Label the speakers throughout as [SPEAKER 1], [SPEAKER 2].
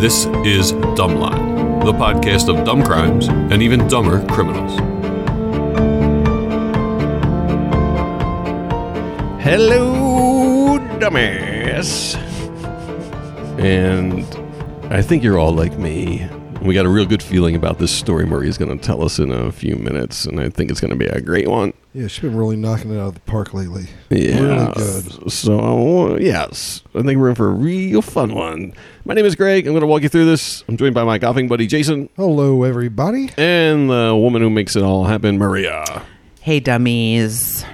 [SPEAKER 1] This is Dumbline, the podcast of dumb crimes and even dumber criminals.
[SPEAKER 2] Hello, dumbass. And I think you're all like me. We got a real good feeling about this story Murray's going to tell us in a few minutes, and I think it's going to be a great one.
[SPEAKER 3] Yeah, she's been really knocking it out of the park lately.
[SPEAKER 2] Yeah.
[SPEAKER 3] Really good.
[SPEAKER 2] So, yes, I think we're in for a real fun one. My name is Greg. I'm going to walk you through this. I'm joined by my golfing buddy, Jason,
[SPEAKER 3] Hello, everybody.
[SPEAKER 2] and the woman who makes it all happen, Maria.
[SPEAKER 4] Hey, dummies.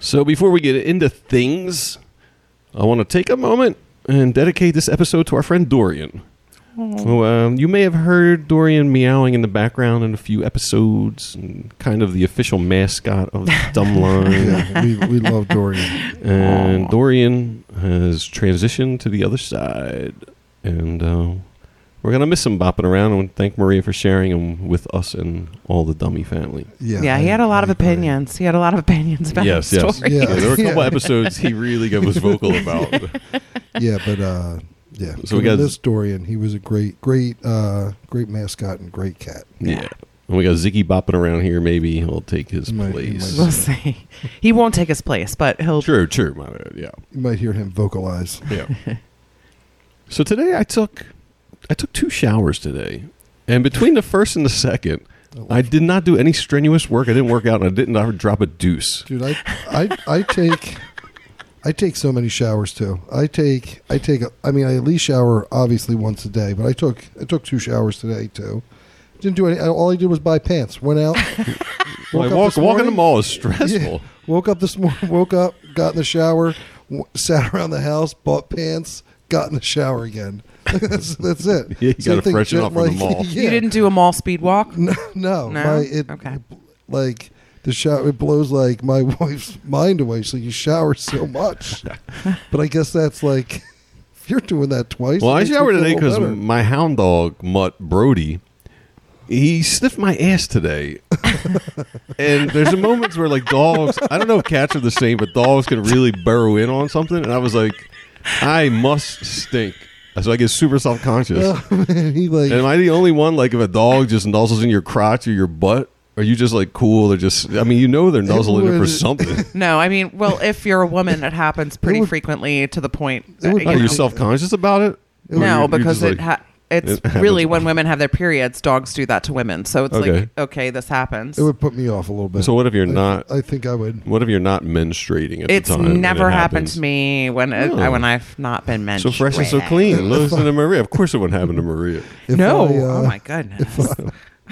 [SPEAKER 2] So before we get into things, I want to take a moment and dedicate this episode to our friend Dorian. Who, um, you may have heard Dorian meowing in the background in a few episodes, and kind of the official mascot of the Dumb Line.
[SPEAKER 3] Yeah, we, we love Dorian.
[SPEAKER 2] and Dorian has transitioned to the other side, and uh, we're gonna miss him bopping around. And thank Maria for sharing him with us and all the dummy family.
[SPEAKER 3] Yeah,
[SPEAKER 4] yeah, he
[SPEAKER 3] I-
[SPEAKER 4] had a
[SPEAKER 3] I
[SPEAKER 4] lot of
[SPEAKER 3] agree.
[SPEAKER 4] opinions. He had a lot of opinions about
[SPEAKER 2] Yes,
[SPEAKER 4] the
[SPEAKER 2] yes.
[SPEAKER 4] story.
[SPEAKER 3] Yeah.
[SPEAKER 2] Yeah, there were a couple
[SPEAKER 3] Yeah.
[SPEAKER 2] episodes he really was vocal about.
[SPEAKER 3] Yeah, but uh, yeah.
[SPEAKER 2] So we
[SPEAKER 3] Given
[SPEAKER 2] got-
[SPEAKER 3] this Dorian. He was a great, great, uh, great mascot and great cat.
[SPEAKER 2] Yeah. And we got Ziggy bopping around here. Maybe he'll take his
[SPEAKER 3] He might- he
[SPEAKER 2] place.
[SPEAKER 3] might.
[SPEAKER 4] We'll see. He won't take his place, but he'll.
[SPEAKER 2] True, true. My bad. Yeah,
[SPEAKER 3] You might hear him vocalize.
[SPEAKER 2] yeah. so today I took, I took two showers today, and between the first and the second, I did not do any strenuous work. I didn't work out, and I didn't ever drop a deuce.
[SPEAKER 3] Dude, I, I, I take, I take so many showers too. I take, I take. a- I mean, I at least shower obviously once a day, but I took, I took two showers today too. Didn't do any. All I did was buy pants. Went out.
[SPEAKER 2] Like,
[SPEAKER 3] up
[SPEAKER 2] walk, walking
[SPEAKER 3] this
[SPEAKER 2] the
[SPEAKER 3] morning-
[SPEAKER 2] mall is stressful.
[SPEAKER 3] Yeah. Woke up this morning, woke up, got in the shower, w- sat around the house, bought pants, got in the shower again. that's, that's it.
[SPEAKER 2] Yeah, you
[SPEAKER 3] Same
[SPEAKER 2] gotta
[SPEAKER 3] thing,
[SPEAKER 2] freshen
[SPEAKER 3] Jen,
[SPEAKER 2] up for the mall.
[SPEAKER 3] yeah.
[SPEAKER 4] You didn't do a mall speed walk?
[SPEAKER 3] No, no,
[SPEAKER 4] No?
[SPEAKER 3] my- it-
[SPEAKER 4] Okay.
[SPEAKER 3] like the shower, it blows like my wife's mind away. So you shower so much, but I guess that's like if you're doing that twice.
[SPEAKER 2] Well,
[SPEAKER 3] it
[SPEAKER 2] I
[SPEAKER 3] makes me
[SPEAKER 2] showered
[SPEAKER 3] feel
[SPEAKER 2] today because
[SPEAKER 3] better.
[SPEAKER 2] my hound dog Mutt Brody, he sniffed my ass today. and there's moments where like dogs, I don't know if cats are the same, but dogs can really burrow in on something. And I was like, I must stink. So I get super self conscious.
[SPEAKER 3] man, he like
[SPEAKER 2] Am I the only one? Like if a dog just nuzzles in your crotch or your butt, are you just like cool? They're just, I mean, you know, they're nuzzling it for
[SPEAKER 3] would-
[SPEAKER 2] something.
[SPEAKER 4] No, I mean, well, if you're a woman, it happens pretty
[SPEAKER 3] would-
[SPEAKER 4] frequently to the point.
[SPEAKER 3] it would
[SPEAKER 4] uh,
[SPEAKER 2] Are
[SPEAKER 4] you
[SPEAKER 2] you
[SPEAKER 4] know.
[SPEAKER 2] self conscious about it? Or you're-
[SPEAKER 4] no,
[SPEAKER 2] you're
[SPEAKER 4] because
[SPEAKER 2] just
[SPEAKER 4] it
[SPEAKER 2] like-
[SPEAKER 4] ha- it's
[SPEAKER 2] it happens.
[SPEAKER 4] really when women have their periods, dogs do that to women. So it's
[SPEAKER 2] Okay.
[SPEAKER 4] like, okay, this happens.
[SPEAKER 3] it would put me off a little bit.
[SPEAKER 2] So what if you're
[SPEAKER 3] I-
[SPEAKER 2] not?
[SPEAKER 3] I think I would.
[SPEAKER 2] What if you're not menstruating at
[SPEAKER 4] it's
[SPEAKER 2] the time? and it
[SPEAKER 4] never happened
[SPEAKER 2] happens?
[SPEAKER 4] to me when it,
[SPEAKER 2] No.
[SPEAKER 4] when I've not been
[SPEAKER 2] So
[SPEAKER 4] mentioned.
[SPEAKER 2] fresh and so clean. Listen to Maria. Of course, it wouldn't happen to Maria.
[SPEAKER 3] If
[SPEAKER 4] no,
[SPEAKER 3] I, uh,
[SPEAKER 4] oh my goodness.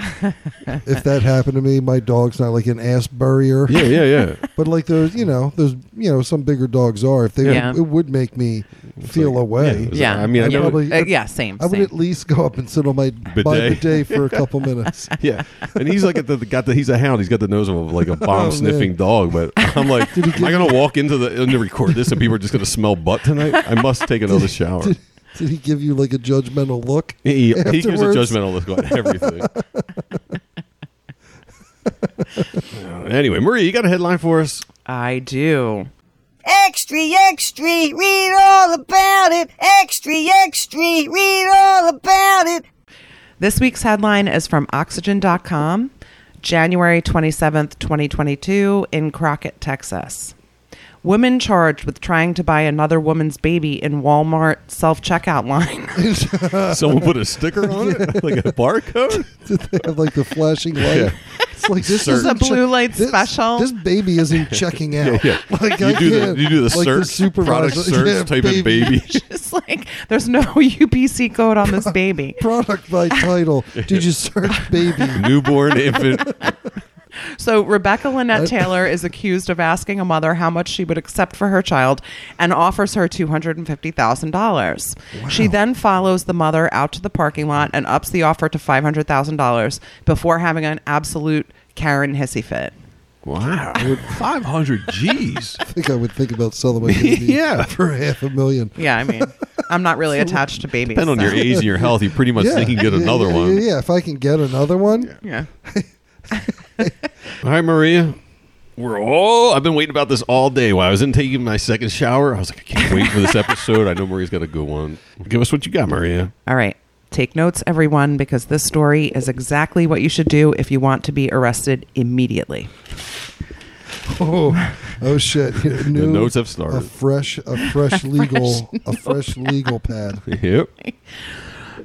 [SPEAKER 3] if that happened to me, my dog's not like an ass burrier.
[SPEAKER 2] Yeah, yeah, yeah.
[SPEAKER 3] But like those, you know, those, you know, some bigger dogs are. If they,
[SPEAKER 4] Yeah.
[SPEAKER 3] it would make me feel
[SPEAKER 2] like-
[SPEAKER 3] away.
[SPEAKER 2] yeah.
[SPEAKER 4] yeah,
[SPEAKER 2] I mean, I
[SPEAKER 4] yeah.
[SPEAKER 3] probably-
[SPEAKER 4] Uh, yeah, same.
[SPEAKER 3] I would
[SPEAKER 4] same.
[SPEAKER 3] at least go up and sit on my my
[SPEAKER 2] Bidet.
[SPEAKER 3] bidet for a couple minutes.
[SPEAKER 2] Yeah, and he's like at the got the he's a hound. He's got the nose of a, like a
[SPEAKER 4] Oh,
[SPEAKER 2] bomb sniffing
[SPEAKER 3] man.
[SPEAKER 2] dog. But I'm like, am I gonna walk into the and record this and people are just gonna smell butt tonight? I must take another shower.
[SPEAKER 3] Did, did he give you like a judgmental look?
[SPEAKER 2] He, he gives a
[SPEAKER 3] Afterwards.
[SPEAKER 2] judgmental look on everything. Uh, anyway, Maria, you got a headline for us?
[SPEAKER 4] I do.
[SPEAKER 5] Extra, extra, read all about it. Extra, extra, read all about it.
[SPEAKER 4] This week's headline is from Oxygen.com, January 27th, 2022, in Crockett, Texas. Woman charged with trying to buy another woman's baby in Walmart self checkout line.
[SPEAKER 2] Someone put a sticker on it, like a barcode.
[SPEAKER 3] Did they have like the flashing light?
[SPEAKER 2] Yeah.
[SPEAKER 3] It's like this
[SPEAKER 2] Search.
[SPEAKER 3] is
[SPEAKER 2] This is a
[SPEAKER 4] blue light special.
[SPEAKER 3] This baby isn't checking out.
[SPEAKER 2] Yeah,
[SPEAKER 3] Like
[SPEAKER 2] you
[SPEAKER 3] I
[SPEAKER 2] do
[SPEAKER 3] can't-
[SPEAKER 2] the you do the
[SPEAKER 3] like
[SPEAKER 2] search product
[SPEAKER 3] supervisor-
[SPEAKER 2] search,
[SPEAKER 3] yeah,
[SPEAKER 2] type in baby.
[SPEAKER 4] Just like there's no UPC code on this baby.
[SPEAKER 3] Product by title. Did you search baby?
[SPEAKER 2] newborn infant.
[SPEAKER 4] So Rebecca Lynette Taylor is accused of asking a mother how much she would accept for her child and offers her $250,000. She then follows the mother out to the parking lot and ups the offer to $500,000 before having an absolute Karen hissy fit.
[SPEAKER 2] Wow, five hundred G's.
[SPEAKER 3] I think I would think about selling my baby
[SPEAKER 2] Yeah.
[SPEAKER 3] for half a million.
[SPEAKER 4] Yeah, I mean, I'm not really attached to babies.
[SPEAKER 2] Depending on your
[SPEAKER 4] so-
[SPEAKER 2] age and your health, you pretty much think you can get
[SPEAKER 3] yeah,
[SPEAKER 2] another
[SPEAKER 3] yeah,
[SPEAKER 2] one.
[SPEAKER 3] Yeah, yeah, if I can get another one,
[SPEAKER 4] Yeah.
[SPEAKER 2] All right, Maria. We're all. I've been waiting about this all day. While I was in taking my second shower, I was like, I can't wait for this episode. I know Maria's got a good one. Give us what you got, Maria.
[SPEAKER 4] All right. Take notes, everyone, because this story is exactly what you should do if you want to be arrested immediately.
[SPEAKER 3] Oh, oh shit!
[SPEAKER 2] The notes have started.
[SPEAKER 3] A fresh, a fresh legal, a fresh legal pad.
[SPEAKER 2] Yep.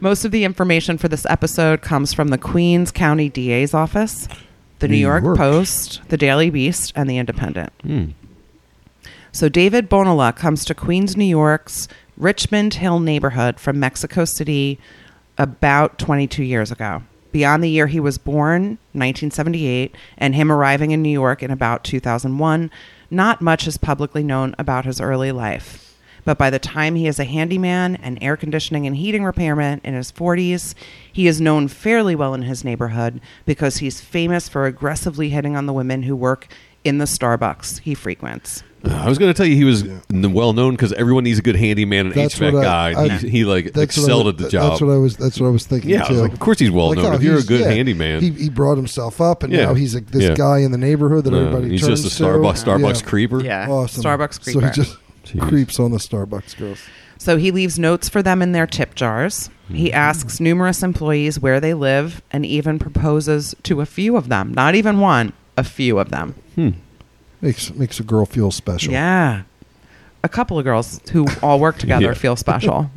[SPEAKER 4] Most of the information for this episode comes from the Queens County DA's office, the New,
[SPEAKER 3] New
[SPEAKER 4] York,
[SPEAKER 3] York.
[SPEAKER 4] Post, the Daily Beast, and the Independent. So David Bonilla comes to Queens, New York's Richmond Hill neighborhood from Mexico City about 22 years ago. Beyond the year he was born, 1978, and him arriving in New York in about 2001, not much is publicly known about his early life. But by the time he is a handyman and air conditioning and heating repairman in his 40s, he is known fairly well in his neighborhood because he's famous for aggressively hitting on the women who work in the Starbucks he frequents.
[SPEAKER 2] I was going to tell you he was n well known because everyone needs a good handyman and
[SPEAKER 3] That's
[SPEAKER 2] HVAC
[SPEAKER 3] what
[SPEAKER 2] guy.
[SPEAKER 3] I,
[SPEAKER 2] and
[SPEAKER 3] I-
[SPEAKER 2] he, he like
[SPEAKER 3] that's what I
[SPEAKER 2] excelled
[SPEAKER 3] was-
[SPEAKER 2] at the job.
[SPEAKER 3] That's what I was. That's what I was thinking.
[SPEAKER 2] Yeah, I was
[SPEAKER 3] too.
[SPEAKER 2] like, of course he's well known.
[SPEAKER 3] oh,
[SPEAKER 2] If you're a
[SPEAKER 3] he's-
[SPEAKER 2] good handyman.
[SPEAKER 3] he, he brought himself up, and
[SPEAKER 2] Yeah.
[SPEAKER 3] now he's like this
[SPEAKER 2] Yeah.
[SPEAKER 3] guy in the neighborhood that
[SPEAKER 2] Uh,
[SPEAKER 3] everybody.
[SPEAKER 2] he's
[SPEAKER 3] turns
[SPEAKER 2] just a
[SPEAKER 3] to.
[SPEAKER 2] Starbucks Starbucks
[SPEAKER 3] Yeah.
[SPEAKER 2] creeper.
[SPEAKER 4] Yeah.
[SPEAKER 3] Awesome.
[SPEAKER 4] Starbucks
[SPEAKER 3] So
[SPEAKER 4] creeper.
[SPEAKER 3] he just
[SPEAKER 2] Jeez.
[SPEAKER 3] creeps on the Starbucks girls.
[SPEAKER 4] So he leaves notes for them in their tip jars. He asks numerous employees where they live and even proposes to a few of them. Not even one, a few of them.
[SPEAKER 2] Hmm.
[SPEAKER 3] Makes makes a girl feel special.
[SPEAKER 4] Yeah. A couple of girls who all work together
[SPEAKER 2] Yeah.
[SPEAKER 4] feel special.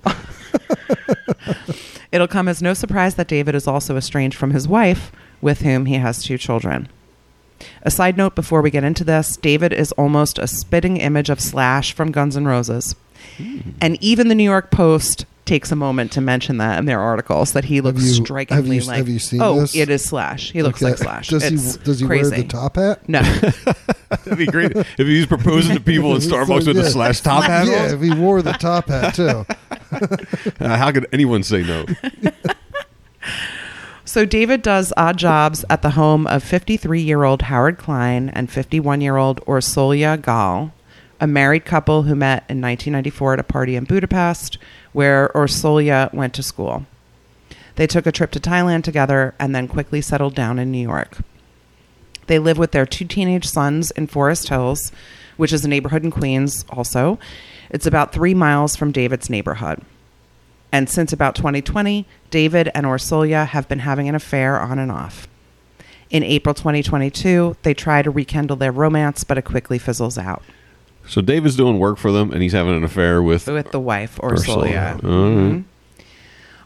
[SPEAKER 4] It'll come as no surprise that David is also estranged from his wife, with whom he has two children. A side note before we get into this David is almost a spitting image of Slash from Guns N' Roses.
[SPEAKER 3] Hmm.
[SPEAKER 4] And even the New York Post takes a moment to mention that in their articles that he looks
[SPEAKER 3] you- have you-
[SPEAKER 4] strikingly like.
[SPEAKER 3] have you seen
[SPEAKER 4] oh,
[SPEAKER 3] this?
[SPEAKER 4] it is Slash. He looks
[SPEAKER 3] Okay.
[SPEAKER 4] like Slash.
[SPEAKER 3] Does
[SPEAKER 4] It's
[SPEAKER 3] he does he
[SPEAKER 4] crazy.
[SPEAKER 3] wear the top hat?
[SPEAKER 4] No.
[SPEAKER 2] That'd be great if he's proposing to people in Starbucks with a
[SPEAKER 3] Yeah.
[SPEAKER 2] slash top hat
[SPEAKER 3] Yeah,
[SPEAKER 2] on.
[SPEAKER 3] if he wore the top hat too.
[SPEAKER 2] Uh, how could anyone say no?
[SPEAKER 4] So David does odd jobs at the home of 53-year-old Howard Klein and 51-year-old Orsolia Gall, a married couple who met in 1994 at a party in Budapest where Orsolia went to school. They took a trip to Thailand together and then quickly settled down in New York. They live with their two teenage sons in Forest Hills, which is a neighborhood in Queens also. It's about 3 miles from David's neighborhood. And since about 2020, David and Orsolia have been having an affair on and off. In April 2022, they try to rekindle their romance, but it quickly fizzles out
[SPEAKER 2] So David's doing work for them, and he's having an affair with
[SPEAKER 4] with the wife,
[SPEAKER 2] Ursula.
[SPEAKER 4] Orsolia.
[SPEAKER 2] All right.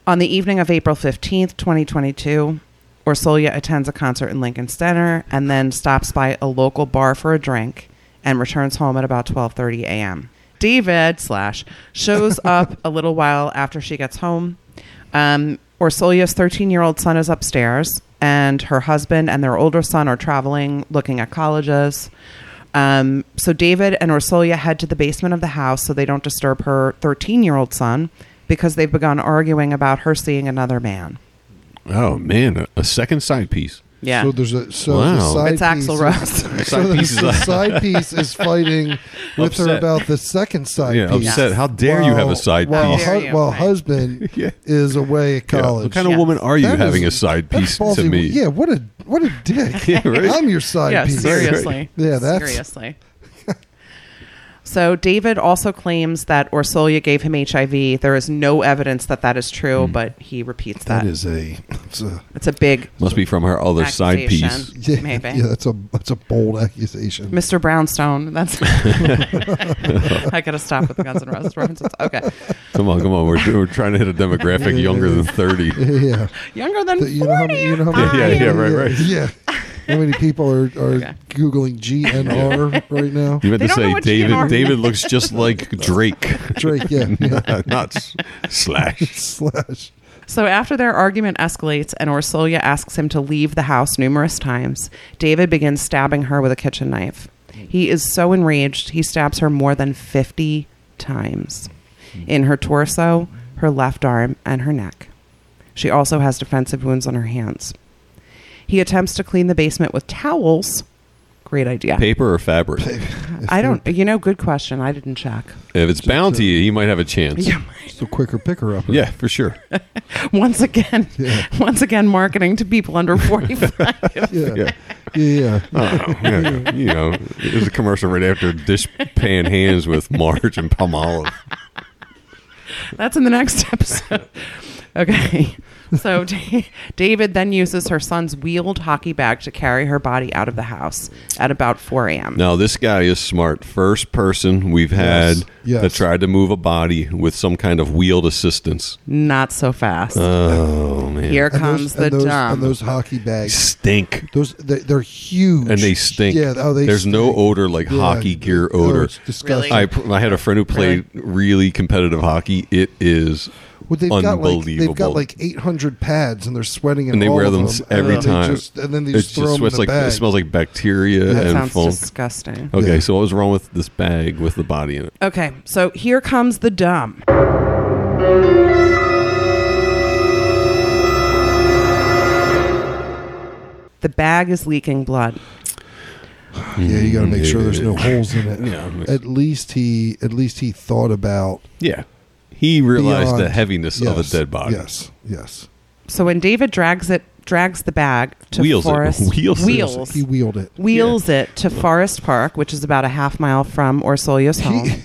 [SPEAKER 4] On the evening of April 15th, 2022, Orsolia attends a concert in Lincoln Center and then stops by a local bar for a drink and returns home at about 12:30 a.m. David slash shows up a little while after she gets home. Um, Orsolia's 13-year-old son is upstairs, and her husband and their older son are traveling, looking at colleges. Um, so David and Orsolia head to the basement of the house so they don't disturb her 13 year old son because they've begun arguing about her seeing another man.
[SPEAKER 2] Oh man, a, a second side piece.
[SPEAKER 4] Yeah.
[SPEAKER 3] So there's a so the
[SPEAKER 2] Wow.
[SPEAKER 3] side
[SPEAKER 4] it's Axel
[SPEAKER 3] piece-
[SPEAKER 4] Rose.
[SPEAKER 2] Side
[SPEAKER 3] so
[SPEAKER 2] piece
[SPEAKER 3] the, the
[SPEAKER 2] is
[SPEAKER 3] side piece is fighting with her
[SPEAKER 2] Upset.
[SPEAKER 3] about the second side
[SPEAKER 2] yeah,
[SPEAKER 3] piece.
[SPEAKER 2] upset. How dare you have a side
[SPEAKER 3] while,
[SPEAKER 2] piece?
[SPEAKER 4] How
[SPEAKER 3] hu-
[SPEAKER 4] dare you,
[SPEAKER 3] while
[SPEAKER 4] right.
[SPEAKER 3] husband
[SPEAKER 2] Yeah.
[SPEAKER 3] is away at
[SPEAKER 2] Yeah,
[SPEAKER 3] college.
[SPEAKER 2] What kind of
[SPEAKER 4] Yeah.
[SPEAKER 2] woman are you
[SPEAKER 3] That is-
[SPEAKER 2] having a side piece
[SPEAKER 3] That's
[SPEAKER 2] to
[SPEAKER 3] ballsy.
[SPEAKER 2] me?
[SPEAKER 3] Yeah, what a what a dick.
[SPEAKER 2] Yeah, right?
[SPEAKER 3] I'm your side
[SPEAKER 4] yeah,
[SPEAKER 3] piece.
[SPEAKER 4] seriously.
[SPEAKER 3] Yeah, that's-
[SPEAKER 4] seriously. so David also claims that Orsolia gave him HIV. There is no evidence that that is true, but he repeats that.
[SPEAKER 3] That is a, it's a
[SPEAKER 4] it's a big
[SPEAKER 2] Must be from her other side piece.
[SPEAKER 4] accusation,
[SPEAKER 3] yeah,
[SPEAKER 4] Maybe.
[SPEAKER 3] yeah, that's a that's a bold accusation.
[SPEAKER 4] Mr. Brownstone. That's I gotta stop with the Guns N' Roses references. Okay,
[SPEAKER 2] Come on, come on. We're, we're trying to hit a demographic younger than thirty.
[SPEAKER 3] yeah,
[SPEAKER 4] younger than
[SPEAKER 3] That- you know how
[SPEAKER 4] forty.
[SPEAKER 3] many, you know how
[SPEAKER 2] Yeah,
[SPEAKER 3] many,
[SPEAKER 2] yeah, yeah, right, right.
[SPEAKER 3] yeah. How many people are, are googling GNR right now?
[SPEAKER 2] You meant to
[SPEAKER 4] They don't know
[SPEAKER 2] say
[SPEAKER 4] what GNR
[SPEAKER 2] David.
[SPEAKER 4] means.
[SPEAKER 2] David looks just like Drake,
[SPEAKER 3] Drake, yeah, yeah.
[SPEAKER 2] not s- slash.
[SPEAKER 3] slash.
[SPEAKER 4] So after their argument escalates and Orsolia asks him to leave the house numerous times, David begins stabbing her with a kitchen knife. He is so enraged, he stabs her more than 50 times in her torso, her left arm, and her neck. She also has defensive wounds on her hands. He attempts to clean the basement with towels. Great idea.
[SPEAKER 2] Paper or fabric?
[SPEAKER 4] I don't, you know, good question. I didn't check.
[SPEAKER 2] If it's bounty, he might have a chance.
[SPEAKER 4] Yeah.
[SPEAKER 3] It's a quicker picker up.
[SPEAKER 2] Yeah, for sure.
[SPEAKER 4] Once again, once again, marketing to people under 45.
[SPEAKER 3] yeah, yeah.
[SPEAKER 2] Yeah.
[SPEAKER 3] yeah.
[SPEAKER 2] Oh, yeah. You know, there's a commercial right after dish pan hands with Marge and Palmolive.
[SPEAKER 4] That's in the next episode. Okay. So Da- David then uses her son's wheeled hockey bag to carry her body out of the house at about 4 a.m.
[SPEAKER 2] Now this guy is smart. First person we've had
[SPEAKER 3] Yes, yes.
[SPEAKER 2] that tried to move a body with some kind of wheeled assistance.
[SPEAKER 4] Not so fast.
[SPEAKER 2] Oh man,
[SPEAKER 4] Here
[SPEAKER 3] And
[SPEAKER 4] comes
[SPEAKER 3] those, and
[SPEAKER 4] the
[SPEAKER 3] those,
[SPEAKER 4] dumb.
[SPEAKER 3] and those hockey bags.
[SPEAKER 2] stink.
[SPEAKER 3] Those they, they're huge
[SPEAKER 2] And they stink.
[SPEAKER 3] Yeah, oh, they
[SPEAKER 2] There's no
[SPEAKER 3] stink.
[SPEAKER 2] odor like
[SPEAKER 3] Yeah.
[SPEAKER 2] hockey gear
[SPEAKER 3] Oh,
[SPEAKER 2] odor.
[SPEAKER 3] it's disgusting.
[SPEAKER 2] I, pr- I had a friend who played really? competitive hockey. It is
[SPEAKER 3] Well, they've got
[SPEAKER 2] unbelievable.
[SPEAKER 3] like they've got like 800 pads, and they're sweating, in
[SPEAKER 2] and they
[SPEAKER 3] all
[SPEAKER 2] wear
[SPEAKER 3] of
[SPEAKER 2] them
[SPEAKER 3] them
[SPEAKER 2] every
[SPEAKER 3] and then
[SPEAKER 2] time.
[SPEAKER 3] They just, and then they
[SPEAKER 2] It
[SPEAKER 3] just throw them in
[SPEAKER 2] smells
[SPEAKER 3] the
[SPEAKER 2] like
[SPEAKER 3] bag.
[SPEAKER 2] it smells like bacteria
[SPEAKER 3] That
[SPEAKER 2] and
[SPEAKER 4] Sounds
[SPEAKER 2] funk. Oh.
[SPEAKER 4] disgusting.
[SPEAKER 2] Okay,
[SPEAKER 3] Yeah.
[SPEAKER 2] so what was wrong with this bag with the body in it?
[SPEAKER 4] Okay, so here comes the dumb. The bag is leaking blood.
[SPEAKER 3] yeah, you got to make sure there's no
[SPEAKER 2] Yeah.
[SPEAKER 3] holes in it.
[SPEAKER 2] Yeah.
[SPEAKER 3] At least he at least he thought about
[SPEAKER 2] Yeah, he realized
[SPEAKER 3] beyond-
[SPEAKER 2] the heaviness of a
[SPEAKER 3] Yes,
[SPEAKER 2] dead body.
[SPEAKER 3] Yes, yes.
[SPEAKER 4] So when David drags it, drags the bag to
[SPEAKER 2] Wheels it.
[SPEAKER 4] Forest
[SPEAKER 2] Wheels it.
[SPEAKER 4] wheels,
[SPEAKER 3] He wheeled it.
[SPEAKER 4] wheels it to Forest Park, which is about a half mile from Orsolio's home.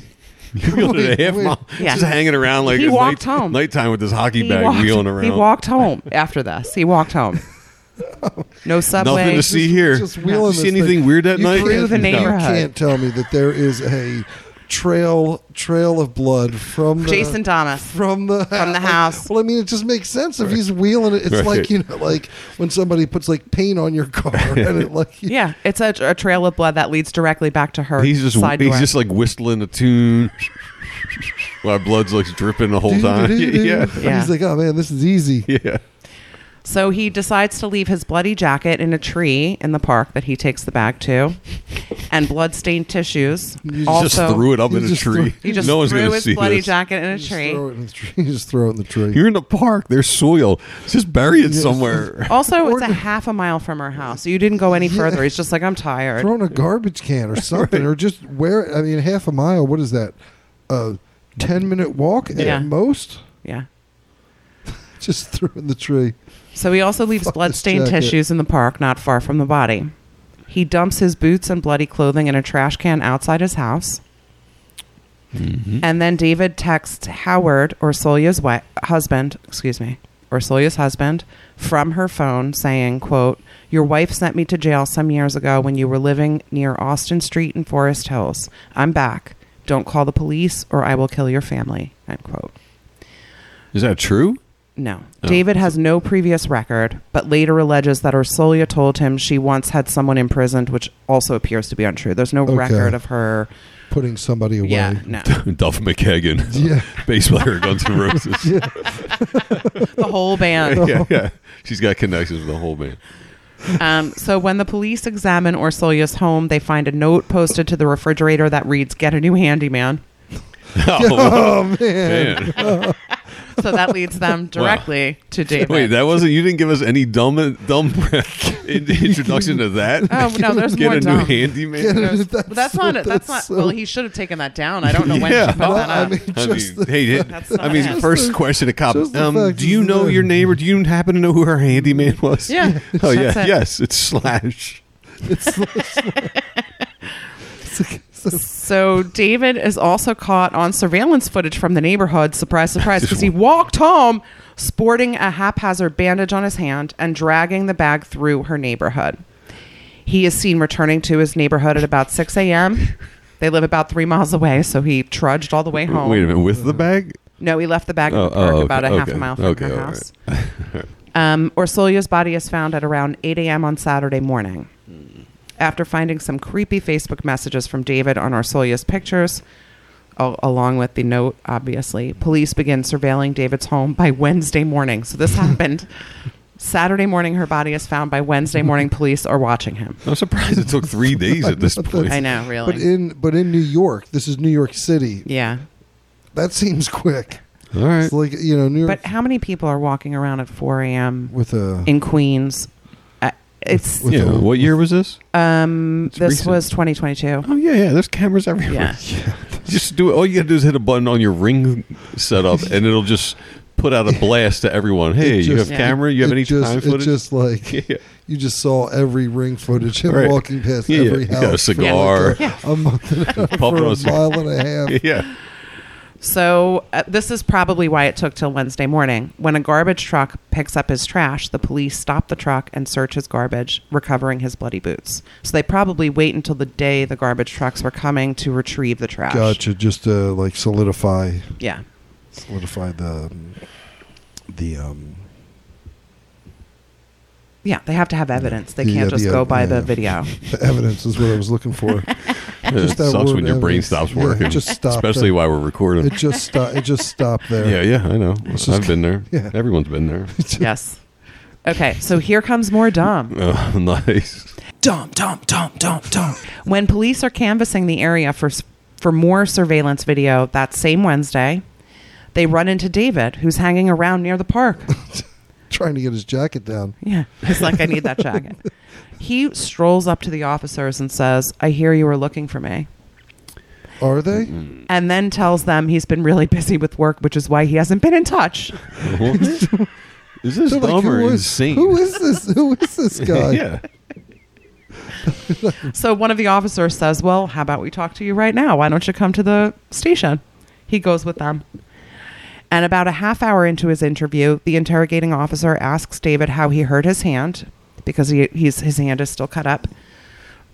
[SPEAKER 3] He,
[SPEAKER 2] He wheeled it
[SPEAKER 3] Wait,
[SPEAKER 2] a half
[SPEAKER 3] wait.
[SPEAKER 2] mile,
[SPEAKER 4] Yeah.
[SPEAKER 2] just hanging around like
[SPEAKER 4] He
[SPEAKER 2] it's
[SPEAKER 4] walked
[SPEAKER 2] night-
[SPEAKER 4] home.
[SPEAKER 2] nighttime with his hockey
[SPEAKER 4] He
[SPEAKER 2] bag
[SPEAKER 4] walked-
[SPEAKER 2] wheeling around.
[SPEAKER 4] He walked home after this. He walked home. No subway.
[SPEAKER 2] Nothing to see here.
[SPEAKER 3] just wheeling
[SPEAKER 2] see
[SPEAKER 3] this thing.
[SPEAKER 2] anything weird that
[SPEAKER 3] You
[SPEAKER 2] night?
[SPEAKER 3] can't-
[SPEAKER 4] Through the
[SPEAKER 3] you
[SPEAKER 4] neighborhood.
[SPEAKER 3] can't tell me that there is a trail trail of blood from the,
[SPEAKER 4] Jason Thomas.
[SPEAKER 3] from the
[SPEAKER 4] From the
[SPEAKER 3] house.
[SPEAKER 4] house.
[SPEAKER 3] Well, I mean, it just makes sense if he's wheeling it. It's
[SPEAKER 2] Right.
[SPEAKER 3] like you know, like when somebody puts like paint on your car, and it like you-
[SPEAKER 4] Yeah, it's a, a trail of blood that leads directly back to her.
[SPEAKER 2] He's just
[SPEAKER 4] side
[SPEAKER 2] he's
[SPEAKER 4] door.
[SPEAKER 2] just like whistling a tune. While blood's like dripping the whole time.
[SPEAKER 3] Doo-doo-doo-doo.
[SPEAKER 2] Yeah.
[SPEAKER 3] And
[SPEAKER 4] Yeah.
[SPEAKER 3] He's like, oh man, this is easy.
[SPEAKER 2] Yeah.
[SPEAKER 4] So he decides to leave his bloody jacket in a tree in the park that he takes the bag to, and bloodstained tissues.
[SPEAKER 3] You
[SPEAKER 4] also,
[SPEAKER 2] just threw it up
[SPEAKER 3] you
[SPEAKER 2] in a
[SPEAKER 3] just
[SPEAKER 2] tree.
[SPEAKER 3] threw-
[SPEAKER 4] He just
[SPEAKER 2] no one's
[SPEAKER 4] threw
[SPEAKER 2] gonna
[SPEAKER 4] his
[SPEAKER 2] see
[SPEAKER 4] bloody
[SPEAKER 2] this.
[SPEAKER 4] jacket in a
[SPEAKER 3] Just
[SPEAKER 4] tree.
[SPEAKER 3] throw it in the tree. You just throw it in the tree.
[SPEAKER 2] You're in the park. There's soil. It's just buried somewhere.
[SPEAKER 4] Also, it's a half a mile from her house. So you didn't go any further. He's just like, I'm tired.
[SPEAKER 3] throw in a garbage can or something, or just wear. I mean, half a mile. What is that? A ten minute walk at
[SPEAKER 4] Yeah.
[SPEAKER 3] most.
[SPEAKER 4] yeah.
[SPEAKER 3] Just throw it in the tree.
[SPEAKER 4] So he also leaves
[SPEAKER 3] Fuck this
[SPEAKER 4] bloodstained
[SPEAKER 3] jacket.
[SPEAKER 4] tissues in the park not far from the body. He dumps his boots and bloody clothing in a trash can outside his house.
[SPEAKER 3] Mm-hmm.
[SPEAKER 4] And then David texts Howard, Orsolia's wi- husband, excuse me, Orsolia's husband, from her phone saying, quote, Your wife sent me to jail some years ago when you were living near Austin Street in Forest Hills. I'm back. Don't call the police or I will kill your family, end quote.
[SPEAKER 2] Is that true?
[SPEAKER 4] No. David has no previous record, but later alleges that Ursulia told him she once had someone imprisoned, which also appears to be untrue. There's no
[SPEAKER 3] Okay.
[SPEAKER 4] record of her.
[SPEAKER 3] Putting somebody away.
[SPEAKER 4] Yeah, no.
[SPEAKER 2] Duff McKagan,
[SPEAKER 3] Yeah.
[SPEAKER 2] bass player of Guns N' Roses. yeah.
[SPEAKER 4] the whole band.
[SPEAKER 2] yeah, She's got connections with the whole band.
[SPEAKER 4] Um, so when the police examine Ursulia's home, they find a note posted to the refrigerator that reads, Get a new handyman.
[SPEAKER 2] Oh,
[SPEAKER 3] Oh man.
[SPEAKER 2] man.
[SPEAKER 4] So that leads them directly to David.
[SPEAKER 2] Wait, that wasn't. You didn't give us any dumb dumb in- introduction to that.
[SPEAKER 4] Oh, no, there's
[SPEAKER 2] Get
[SPEAKER 4] more
[SPEAKER 2] a new
[SPEAKER 4] dumb.
[SPEAKER 2] handyman.
[SPEAKER 4] There's- but that's, not it.
[SPEAKER 3] that's
[SPEAKER 4] That's, not.
[SPEAKER 3] so-
[SPEAKER 4] well, he should have taken that down. I don't know when
[SPEAKER 2] Yeah.
[SPEAKER 4] she put
[SPEAKER 2] Well,
[SPEAKER 4] that
[SPEAKER 3] I
[SPEAKER 4] up.
[SPEAKER 3] mean,
[SPEAKER 2] I
[SPEAKER 3] just
[SPEAKER 2] mean,
[SPEAKER 3] the,
[SPEAKER 2] hey, it-
[SPEAKER 4] That's
[SPEAKER 2] I
[SPEAKER 4] not
[SPEAKER 2] mean,
[SPEAKER 4] it.
[SPEAKER 2] first
[SPEAKER 3] Just the-
[SPEAKER 2] question to cop.
[SPEAKER 3] just the
[SPEAKER 2] Um,
[SPEAKER 3] fact
[SPEAKER 2] do you
[SPEAKER 3] is
[SPEAKER 2] know
[SPEAKER 3] that-
[SPEAKER 2] your neighbor? Do you happen to know who her handyman was?
[SPEAKER 4] Yeah,
[SPEAKER 2] Oh
[SPEAKER 4] that's
[SPEAKER 2] yeah.
[SPEAKER 4] it.
[SPEAKER 2] Yes, it's Slash.
[SPEAKER 4] So David is also caught on surveillance footage from the neighborhood. Surprise, surprise, because he walked home sporting a haphazard bandage on his hand and dragging the bag through her neighborhood. He is seen returning to his neighborhood at about 6 a.m. They live about three miles away, so he trudged all the way home.
[SPEAKER 2] Wait a minute. With the bag?
[SPEAKER 4] No, he left the bag in
[SPEAKER 2] Oh,
[SPEAKER 4] the park
[SPEAKER 2] oh, okay,
[SPEAKER 4] about a half a
[SPEAKER 2] okay,
[SPEAKER 4] mile from
[SPEAKER 2] okay,
[SPEAKER 4] her
[SPEAKER 2] all
[SPEAKER 4] house. um, Orsolia's body is found at around 8 a.m. on Saturday morning. After finding some creepy Facebook messages from David on Orsolia's pictures, al- along with the note, obviously, police begin surveilling David's home by Wednesday morning. So this happened. Saturday morning, her body is found. By Wednesday morning, police are watching him.
[SPEAKER 2] I'm surprised it took three days at this point.
[SPEAKER 4] I know, really.
[SPEAKER 3] But in but in New York, this is New York City.
[SPEAKER 4] yeah.
[SPEAKER 3] That seems quick.
[SPEAKER 2] All right.
[SPEAKER 3] It's like you know New York
[SPEAKER 4] But how many people are walking around at 4 a.m.?
[SPEAKER 3] with a
[SPEAKER 4] in Queens. Uh, it's
[SPEAKER 3] With
[SPEAKER 2] Yeah.
[SPEAKER 3] the-
[SPEAKER 2] What year was this?
[SPEAKER 4] um
[SPEAKER 2] It's
[SPEAKER 4] this
[SPEAKER 2] recent.
[SPEAKER 4] was 2022.
[SPEAKER 2] Oh yeah, yeah. There's cameras everywhere.
[SPEAKER 4] Yeah.
[SPEAKER 2] Just do it. All you gotta do is hit a button on your ring setup, and it'll just put out a blast to everyone. Hey, you have
[SPEAKER 3] just-
[SPEAKER 4] Yeah.
[SPEAKER 2] camera? You have
[SPEAKER 3] it
[SPEAKER 2] any
[SPEAKER 3] just,
[SPEAKER 2] time
[SPEAKER 3] it
[SPEAKER 2] footage?
[SPEAKER 3] just like
[SPEAKER 2] yeah.
[SPEAKER 3] you just saw every ring footage him
[SPEAKER 2] Right.
[SPEAKER 3] walking past
[SPEAKER 2] Yeah,
[SPEAKER 3] every
[SPEAKER 2] you
[SPEAKER 3] house.
[SPEAKER 2] got a
[SPEAKER 3] for like
[SPEAKER 2] cigar.
[SPEAKER 3] a, a month and a half
[SPEAKER 2] Puffing
[SPEAKER 3] for
[SPEAKER 2] on a
[SPEAKER 3] a
[SPEAKER 2] cigar.
[SPEAKER 3] mile and a half.
[SPEAKER 2] yeah.
[SPEAKER 4] So, uh, this is probably why it took till Wednesday morning. When a garbage truck picks up his trash, the police stop the truck and search his garbage, recovering his bloody boots. So, they probably wait until the day the garbage trucks were coming to retrieve the trash.
[SPEAKER 3] Gotcha. Just to like solidify,
[SPEAKER 4] Yeah.
[SPEAKER 3] solidify the the um.
[SPEAKER 4] Yeah. They have to have evidence. They
[SPEAKER 3] Yeah,
[SPEAKER 4] can't just
[SPEAKER 3] the, uh,
[SPEAKER 4] go by
[SPEAKER 3] yeah.
[SPEAKER 4] the video.
[SPEAKER 3] The evidence is what I was looking for.
[SPEAKER 2] It
[SPEAKER 3] Just that
[SPEAKER 2] sucks
[SPEAKER 3] word
[SPEAKER 2] when your brain
[SPEAKER 3] evidence.
[SPEAKER 2] stops
[SPEAKER 3] Yeah,
[SPEAKER 2] working.
[SPEAKER 3] it just stopped.
[SPEAKER 2] Especially
[SPEAKER 3] It-
[SPEAKER 2] while we're recording.
[SPEAKER 3] It just sto- it just stopped there.
[SPEAKER 2] yeah, yeah, I know.
[SPEAKER 3] It's
[SPEAKER 2] I've
[SPEAKER 3] just-
[SPEAKER 2] been there.
[SPEAKER 3] yeah.
[SPEAKER 2] Everyone's been there.
[SPEAKER 4] yes. Okay. So, here comes more dumb.
[SPEAKER 2] Oh, nice.
[SPEAKER 4] Dumb, dumb, dumb, dumb, dumb. When police are canvassing the area for s- for more surveillance video that same Wednesday, they run into David, who's hanging around near the park.
[SPEAKER 3] Trying to get his jacket down.
[SPEAKER 4] Yeah, he's like, I need that jacket. He strolls up to the officers and says, "I hear you were looking for me,"
[SPEAKER 3] Are they?
[SPEAKER 4] and then tells them he's been really busy with work, which is why he hasn't been in touch.
[SPEAKER 2] Is this
[SPEAKER 3] They're like,
[SPEAKER 2] dumb or
[SPEAKER 3] who is-
[SPEAKER 2] insane?
[SPEAKER 3] Who is this? Who is this guy?
[SPEAKER 2] yeah.
[SPEAKER 4] So one of the officers says, Well, how about we talk to you right now? Why don't you come to the station? He goes with them. And about a half hour into his interview, the interrogating officer asks David how he hurt his hand because he, he's, his hand is still cut up.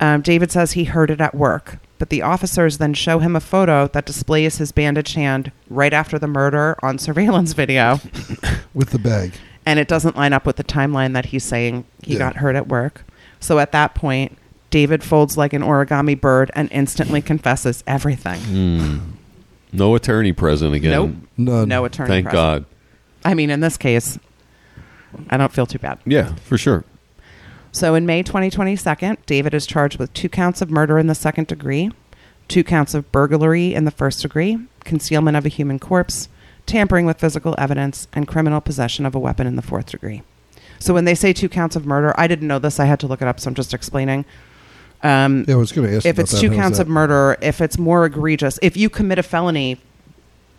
[SPEAKER 4] Um, David says he hurt it at work, but the officers then show him a photo that displays his bandaged hand right after the murder on surveillance video,
[SPEAKER 3] With the bag.
[SPEAKER 4] and it doesn't line up with the timeline that he's saying he
[SPEAKER 3] Yeah.
[SPEAKER 4] got hurt at work. So at that point, David folds like an origami bird and instantly confesses everything.
[SPEAKER 2] Mm, No attorney present again.
[SPEAKER 4] Nope.
[SPEAKER 3] None.
[SPEAKER 4] No attorney.
[SPEAKER 2] Thank God.
[SPEAKER 4] present. I mean, in this case, I don't feel too bad.
[SPEAKER 2] Yeah, for sure.
[SPEAKER 4] So in May 2022, David is charged with two counts of murder in the second degree, two counts of burglary in the first degree, concealment of a human corpse, tampering with physical evidence, and criminal possession of a weapon in the fourth degree. So when they say two counts of murder, I didn't know this. I had to look it up, so I'm just explaining. Um,
[SPEAKER 3] Yeah, I was going to ask.
[SPEAKER 4] if
[SPEAKER 3] about
[SPEAKER 4] it's
[SPEAKER 3] that.
[SPEAKER 4] two
[SPEAKER 3] How's
[SPEAKER 4] counts
[SPEAKER 3] that?
[SPEAKER 4] of murder, if it's more egregious, if you commit a felony,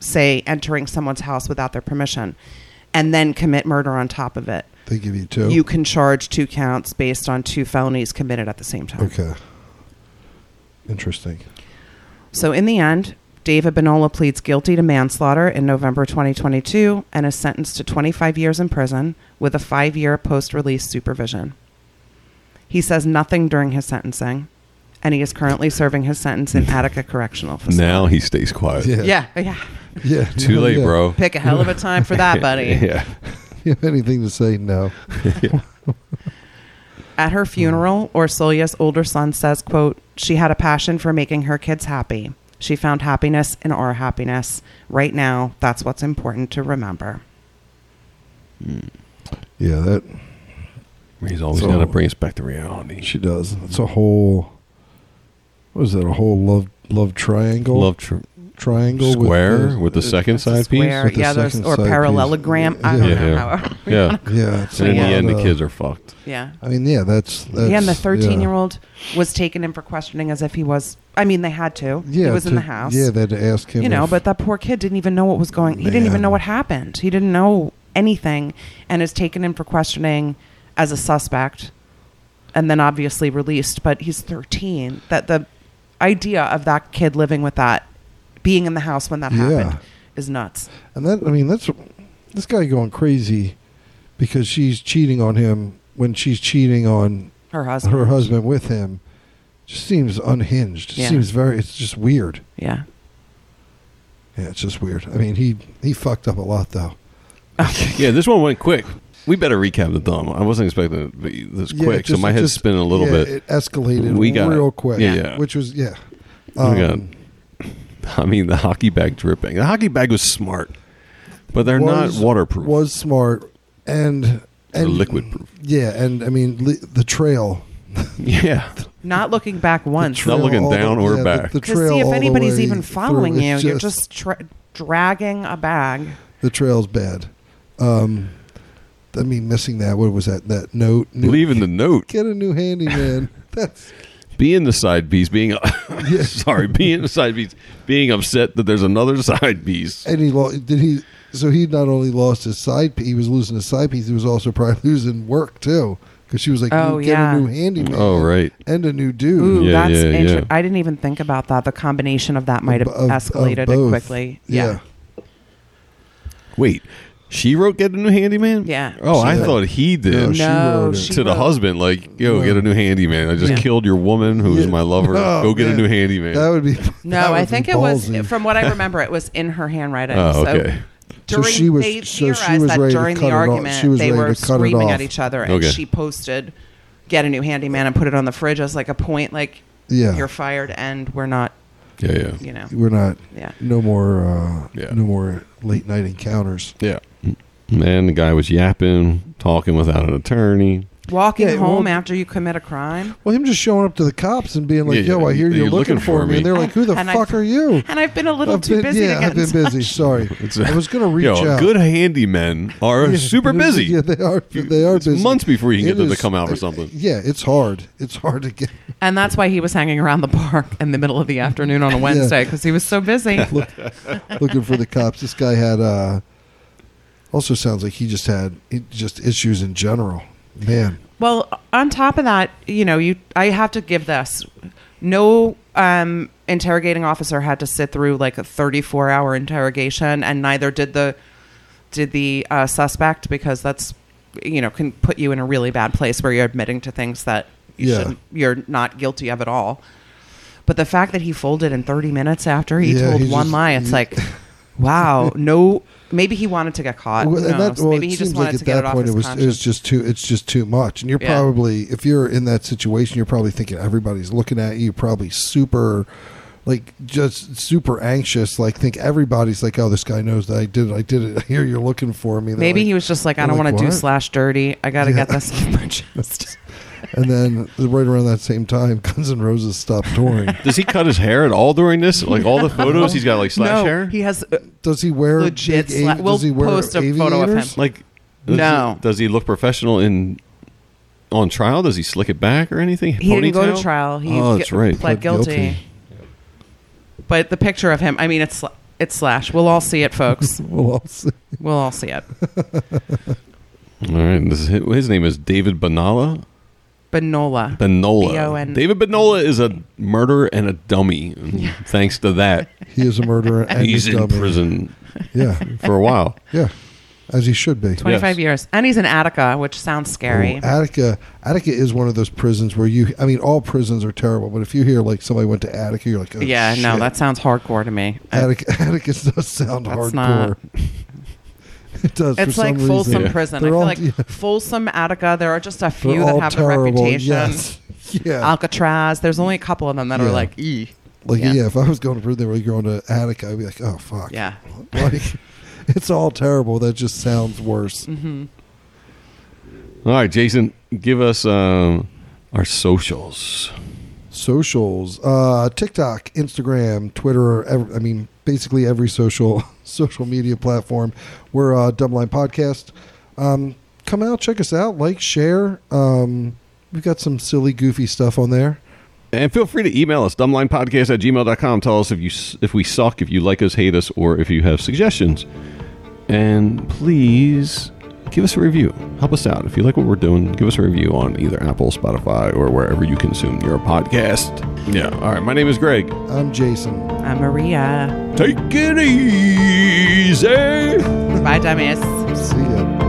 [SPEAKER 4] say entering someone's house without their permission, and then commit murder on top of it,
[SPEAKER 3] they give you two.
[SPEAKER 4] you can charge two counts based on two felonies committed at the same time.
[SPEAKER 3] okay. Interesting.
[SPEAKER 4] So in the end, David Benola pleads guilty to manslaughter in November 2022 and is sentenced to 25 years in prison with a five year post release supervision. He says nothing during his sentencing, and he is currently serving his sentence in Attica Correctional Facility.
[SPEAKER 2] Now he stays quiet.
[SPEAKER 3] Yeah.
[SPEAKER 4] Yeah, yeah.
[SPEAKER 3] Yeah.
[SPEAKER 2] Too
[SPEAKER 3] no,
[SPEAKER 2] late,
[SPEAKER 3] yeah.
[SPEAKER 2] bro.
[SPEAKER 4] Pick a hell of a time for that, buddy.
[SPEAKER 2] yeah.
[SPEAKER 3] You have anything to say? No.
[SPEAKER 4] At
[SPEAKER 3] Hmm.
[SPEAKER 4] her funeral, Orsolia's older son says, quote, She had a passion for making her kids happy. She found happiness in our happiness. Right now, that's what's important to remember.
[SPEAKER 3] Yeah, that
[SPEAKER 2] He's always
[SPEAKER 3] So-
[SPEAKER 2] got to bring us back to reality.
[SPEAKER 3] she does. It's a whole. What is that? A whole love love triangle.
[SPEAKER 2] Love tr-
[SPEAKER 3] triangle. with
[SPEAKER 2] square with
[SPEAKER 3] the-
[SPEAKER 2] the, second side piece.
[SPEAKER 4] Square,
[SPEAKER 3] with the
[SPEAKER 4] yeah, there's,
[SPEAKER 3] second
[SPEAKER 4] or
[SPEAKER 3] side piece.
[SPEAKER 4] parallelogram. I don't
[SPEAKER 2] Yeah.
[SPEAKER 4] know
[SPEAKER 2] Yeah.
[SPEAKER 4] how.
[SPEAKER 2] Yeah.
[SPEAKER 3] Yeah. It's
[SPEAKER 2] And in the
[SPEAKER 4] Yeah.
[SPEAKER 2] end, the
[SPEAKER 3] Uh,
[SPEAKER 2] kids are fucked.
[SPEAKER 4] Yeah.
[SPEAKER 3] I mean, yeah, that's, that's
[SPEAKER 4] yeah, and the 13 year old was taken in for questioning as if he was, I mean, they had to.
[SPEAKER 3] Yeah,
[SPEAKER 4] he was in
[SPEAKER 3] to-
[SPEAKER 4] the house.
[SPEAKER 3] Yeah, they had to ask him.
[SPEAKER 4] you know
[SPEAKER 3] if-
[SPEAKER 4] but that poor kid didn't even know what was going he didn't even
[SPEAKER 3] Man.
[SPEAKER 4] know what happened he didn't know anything and is taken in for questioning as a suspect and then obviously released but he's 13 that the idea of that kid living with that being in the house when that
[SPEAKER 3] Yeah.
[SPEAKER 4] happened is nuts
[SPEAKER 3] and that I mean, that's this guy going crazy because she's cheating on him when she's cheating on
[SPEAKER 4] her husband
[SPEAKER 3] her husband with him. Just seems unhinged. Just
[SPEAKER 4] Yeah.
[SPEAKER 3] Seems very. It's just weird.
[SPEAKER 4] yeah
[SPEAKER 3] Yeah, it's just weird. I mean, he he fucked up a lot though.
[SPEAKER 2] Yeah, this one went quick. We better recap the dumb. I wasn't expecting it to be this
[SPEAKER 3] Yeah,
[SPEAKER 2] quick,
[SPEAKER 3] it
[SPEAKER 2] so
[SPEAKER 3] just-
[SPEAKER 2] my
[SPEAKER 3] it
[SPEAKER 2] head's
[SPEAKER 3] just-
[SPEAKER 2] spinning a little
[SPEAKER 3] yeah,
[SPEAKER 2] bit.
[SPEAKER 3] It escalated
[SPEAKER 2] We got
[SPEAKER 3] real
[SPEAKER 2] it.
[SPEAKER 3] quick.
[SPEAKER 2] Yeah, yeah.
[SPEAKER 3] which was yeah. Um,
[SPEAKER 2] We got it. Oh I mean, the hockey bag dripping. The hockey bag was smart, but they're
[SPEAKER 3] was-
[SPEAKER 2] not waterproof.
[SPEAKER 3] Was smart and
[SPEAKER 2] They're
[SPEAKER 3] and
[SPEAKER 2] liquid proof.
[SPEAKER 3] Yeah, and I mean li- the trail.
[SPEAKER 2] Yeah.
[SPEAKER 4] not looking back once
[SPEAKER 2] Not looking
[SPEAKER 3] all the-
[SPEAKER 2] down or
[SPEAKER 3] yeah, the-
[SPEAKER 2] back.
[SPEAKER 3] The,
[SPEAKER 4] to
[SPEAKER 3] trail
[SPEAKER 4] see if
[SPEAKER 3] all the
[SPEAKER 4] anybody's
[SPEAKER 3] way
[SPEAKER 4] even
[SPEAKER 3] through
[SPEAKER 4] following
[SPEAKER 3] is
[SPEAKER 4] you you're just tra- dragging a bag
[SPEAKER 3] the trail's bad. Um, I mean, missing that. What was that? That note. New,
[SPEAKER 2] Leaving the note,
[SPEAKER 3] Get a new handyman. That's
[SPEAKER 2] being the side piece, being sorry, being the side piece, being upset that there's another side piece.
[SPEAKER 3] and he lo- did he. So he not only lost his side piece, he was losing his side piece. He was also probably losing work too because she was like,
[SPEAKER 4] Oh,
[SPEAKER 3] "You get
[SPEAKER 4] yeah.
[SPEAKER 3] a new handyman.
[SPEAKER 2] Oh, right.
[SPEAKER 3] and a new dude.
[SPEAKER 4] Ooh,
[SPEAKER 2] Yeah,
[SPEAKER 4] that's
[SPEAKER 2] yeah, yeah.
[SPEAKER 4] interesting. I didn't even think about that. The combination of that might have
[SPEAKER 3] Of- of
[SPEAKER 4] escalated it
[SPEAKER 3] both.
[SPEAKER 4] quickly. Yeah.
[SPEAKER 2] Wait, she wrote "Get a New Handyman."
[SPEAKER 4] Yeah.
[SPEAKER 2] Oh, I
[SPEAKER 3] did.
[SPEAKER 2] thought he did. Oh,
[SPEAKER 3] No, she
[SPEAKER 4] No,
[SPEAKER 3] wrote it.
[SPEAKER 4] she
[SPEAKER 2] to the
[SPEAKER 4] wrote-
[SPEAKER 2] husband, like, yo,
[SPEAKER 3] No.
[SPEAKER 2] get a new handyman. I just
[SPEAKER 4] Yeah.
[SPEAKER 2] killed your woman who's
[SPEAKER 3] Yeah.
[SPEAKER 2] my lover.
[SPEAKER 3] Oh,
[SPEAKER 2] Go get
[SPEAKER 3] man.
[SPEAKER 2] a new handyman.
[SPEAKER 3] That would be. that
[SPEAKER 4] No,
[SPEAKER 3] would
[SPEAKER 4] I
[SPEAKER 3] be
[SPEAKER 4] think it was
[SPEAKER 3] ballsy.
[SPEAKER 4] from what I remember. It was in her handwriting.
[SPEAKER 2] Oh, okay.
[SPEAKER 4] So during
[SPEAKER 3] she was-
[SPEAKER 4] they
[SPEAKER 3] so she
[SPEAKER 4] theorized
[SPEAKER 3] was
[SPEAKER 4] that
[SPEAKER 3] ready to
[SPEAKER 4] during
[SPEAKER 3] cut
[SPEAKER 4] the
[SPEAKER 3] it off.
[SPEAKER 4] argument
[SPEAKER 3] She was
[SPEAKER 4] they
[SPEAKER 3] ready
[SPEAKER 4] were
[SPEAKER 3] to cut it
[SPEAKER 4] screaming
[SPEAKER 3] off.
[SPEAKER 4] at each other, and
[SPEAKER 2] Okay.
[SPEAKER 4] she posted, "Get a new handyman and put it on the fridge." as like a point, like
[SPEAKER 3] Yeah.
[SPEAKER 4] you're fired, and we're not,
[SPEAKER 2] yeah, yeah.
[SPEAKER 4] you know,
[SPEAKER 3] We're not.
[SPEAKER 4] yeah.
[SPEAKER 3] No more. Uh,
[SPEAKER 2] Yeah.
[SPEAKER 3] No more late night encounters.
[SPEAKER 2] Yeah. And the guy was yapping, talking without an attorney.
[SPEAKER 4] Walking
[SPEAKER 3] Yeah,
[SPEAKER 4] home
[SPEAKER 3] well-
[SPEAKER 4] after you commit a crime,
[SPEAKER 3] Well, him just showing up to the cops and being like,
[SPEAKER 2] Yeah,
[SPEAKER 3] "Yo,
[SPEAKER 2] yeah,
[SPEAKER 3] I hear
[SPEAKER 2] you-
[SPEAKER 3] you're
[SPEAKER 2] you're
[SPEAKER 3] looking, for me," and they're like, "Who the
[SPEAKER 4] And I-
[SPEAKER 3] fuck are you?"
[SPEAKER 4] and I've been a little
[SPEAKER 3] I've
[SPEAKER 4] too
[SPEAKER 3] been-
[SPEAKER 4] busy.
[SPEAKER 3] Yeah,
[SPEAKER 4] to get
[SPEAKER 3] I've been
[SPEAKER 4] in touch.
[SPEAKER 3] busy. Sorry, I was going to reach
[SPEAKER 2] Yo,
[SPEAKER 3] out.
[SPEAKER 2] good handymen are
[SPEAKER 3] Yeah,
[SPEAKER 2] super
[SPEAKER 3] they're
[SPEAKER 2] busy.
[SPEAKER 3] Yeah, they are. They are
[SPEAKER 2] It's
[SPEAKER 3] busy.
[SPEAKER 2] months before you can
[SPEAKER 3] It
[SPEAKER 2] get them to
[SPEAKER 3] is-
[SPEAKER 2] come out for
[SPEAKER 3] uh,
[SPEAKER 2] something.
[SPEAKER 3] Yeah, it's hard. It's hard to get.
[SPEAKER 4] And that's why he was hanging around the park in the middle of the afternoon on a Wednesday because he was so busy.
[SPEAKER 3] Look, looking for the cops. This guy had. uh Also, sounds like he just had he just issues in general. Man,
[SPEAKER 4] Well, on top of that, you know, you I have to give this. No um, interrogating officer had to sit through like a 34 hour interrogation, and neither did the did the uh, suspect because that's you know can put you in a really bad place where you're admitting to things that you
[SPEAKER 3] Yeah.
[SPEAKER 4] shouldn't, you're not guilty of at all. But the fact that he folded in 30 minutes after he
[SPEAKER 3] Yeah,
[SPEAKER 4] told
[SPEAKER 3] he
[SPEAKER 4] one
[SPEAKER 3] just-
[SPEAKER 4] lie, it's
[SPEAKER 3] he-
[SPEAKER 4] like, wow, no. Maybe he wanted to get caught.
[SPEAKER 3] Well,
[SPEAKER 4] Who
[SPEAKER 3] and that-
[SPEAKER 4] knows?
[SPEAKER 3] well,
[SPEAKER 4] maybe
[SPEAKER 3] it
[SPEAKER 4] he
[SPEAKER 3] seems
[SPEAKER 4] just wanted
[SPEAKER 3] like
[SPEAKER 4] to
[SPEAKER 3] at
[SPEAKER 4] get
[SPEAKER 3] that
[SPEAKER 4] it off
[SPEAKER 3] point
[SPEAKER 4] his
[SPEAKER 3] it was it
[SPEAKER 4] conscience.
[SPEAKER 3] was just too it's just too much, and you're
[SPEAKER 4] Yeah.
[SPEAKER 3] probably if you're in that situation, you're probably thinking everybody's looking at you, you're probably super. Like just super anxious, like think everybody's like, oh, this guy knows that I did it. I did it. I hear you're looking for me. They're
[SPEAKER 4] Maybe
[SPEAKER 3] like-
[SPEAKER 4] he was just like, I
[SPEAKER 3] they're
[SPEAKER 4] don't
[SPEAKER 3] like,
[SPEAKER 4] want to do
[SPEAKER 3] "What?"
[SPEAKER 4] slash dirty. I got to
[SPEAKER 3] Yeah.
[SPEAKER 4] get this off my chest.
[SPEAKER 3] And then right around that same time, Guns N' Roses stopped touring.
[SPEAKER 2] Does he cut his hair at all during this? Like all the photos, he's got like slash
[SPEAKER 4] no,
[SPEAKER 2] hair.
[SPEAKER 4] he has uh,
[SPEAKER 3] Does he wear
[SPEAKER 4] Legit
[SPEAKER 3] big
[SPEAKER 4] sla-
[SPEAKER 3] does
[SPEAKER 4] we'll
[SPEAKER 3] he wear
[SPEAKER 4] post a photo of him.
[SPEAKER 3] aviators?
[SPEAKER 2] like, does
[SPEAKER 4] No.
[SPEAKER 2] He, does he look professional in on trial? Does he slick it back or anything?
[SPEAKER 4] he didn't go to
[SPEAKER 2] Ponytail?
[SPEAKER 4] trial. He
[SPEAKER 2] oh,
[SPEAKER 4] g-
[SPEAKER 2] that's right.
[SPEAKER 4] pled guilty.
[SPEAKER 3] guilty.
[SPEAKER 4] But the picture of him, I mean, it's sla- it's slash. We'll all see it, folks.
[SPEAKER 3] Well, I'll see.
[SPEAKER 4] we'll all see it.
[SPEAKER 2] all right. This is, his name is David Banala.
[SPEAKER 4] Benola.
[SPEAKER 2] Benola.
[SPEAKER 4] B-O-N-
[SPEAKER 2] David Benola is a murderer and a dummy. And Thanks to that,
[SPEAKER 3] He is a murderer and
[SPEAKER 2] he's
[SPEAKER 3] a
[SPEAKER 2] in
[SPEAKER 3] dummy.
[SPEAKER 2] prison
[SPEAKER 3] Yeah,
[SPEAKER 2] for a while.
[SPEAKER 3] yeah, as he should be.
[SPEAKER 4] 25 years. And he's in Attica, which sounds scary.
[SPEAKER 3] Oh, Attica, Attica is one of those prisons where you. I mean, all prisons are terrible, but if you hear like somebody went to Attica, you're like, oh,
[SPEAKER 4] yeah, no,
[SPEAKER 3] shit.
[SPEAKER 4] that sounds hardcore to me. I-
[SPEAKER 3] Attica. Attica does sound
[SPEAKER 4] That's
[SPEAKER 3] hardcore.
[SPEAKER 4] not-
[SPEAKER 3] it does.
[SPEAKER 4] It's
[SPEAKER 3] for
[SPEAKER 4] like
[SPEAKER 3] some
[SPEAKER 4] Folsom
[SPEAKER 3] reason.
[SPEAKER 4] Prison.
[SPEAKER 3] They're
[SPEAKER 4] I feel
[SPEAKER 3] all-
[SPEAKER 4] like
[SPEAKER 3] yeah,
[SPEAKER 4] Folsom, Attica, there are just a
[SPEAKER 3] they're
[SPEAKER 4] few that
[SPEAKER 3] all
[SPEAKER 4] have
[SPEAKER 3] terrible.
[SPEAKER 4] a reputation.
[SPEAKER 3] Yes. Yeah.
[SPEAKER 4] Alcatraz. There's only a couple of them that
[SPEAKER 3] Yeah.
[SPEAKER 4] are like, e.
[SPEAKER 3] Like
[SPEAKER 4] Yeah.
[SPEAKER 3] yeah. if I was going to prison, they were going to Attica, I'd be like, oh fuck.
[SPEAKER 4] Yeah.
[SPEAKER 3] Like it's all terrible. That just sounds worse.
[SPEAKER 4] Mm-hmm.
[SPEAKER 2] All right, Jason, give us um, our socials.
[SPEAKER 3] Socials, uh, TikTok, Instagram, Twitter. Ev I mean, basically every social social media platform. We're uh, Dumbline Podcast. Um, come out, check us out, like, share. Um, we've got some silly, goofy stuff on there.
[SPEAKER 2] And feel free to email us, dumblinepodcast at gmail.com. Tell us if you s- if we suck, if you like us, hate us, or if you have suggestions. And please give us a review. Help us out. If you like what we're doing, give us a review on either Apple, Spotify, or wherever you consume your podcast. Yeah. All right. My name is Greg.
[SPEAKER 3] I'm Jason.
[SPEAKER 4] I'm Maria.
[SPEAKER 2] Take it easy.
[SPEAKER 4] Bye, dummies.
[SPEAKER 3] See ya.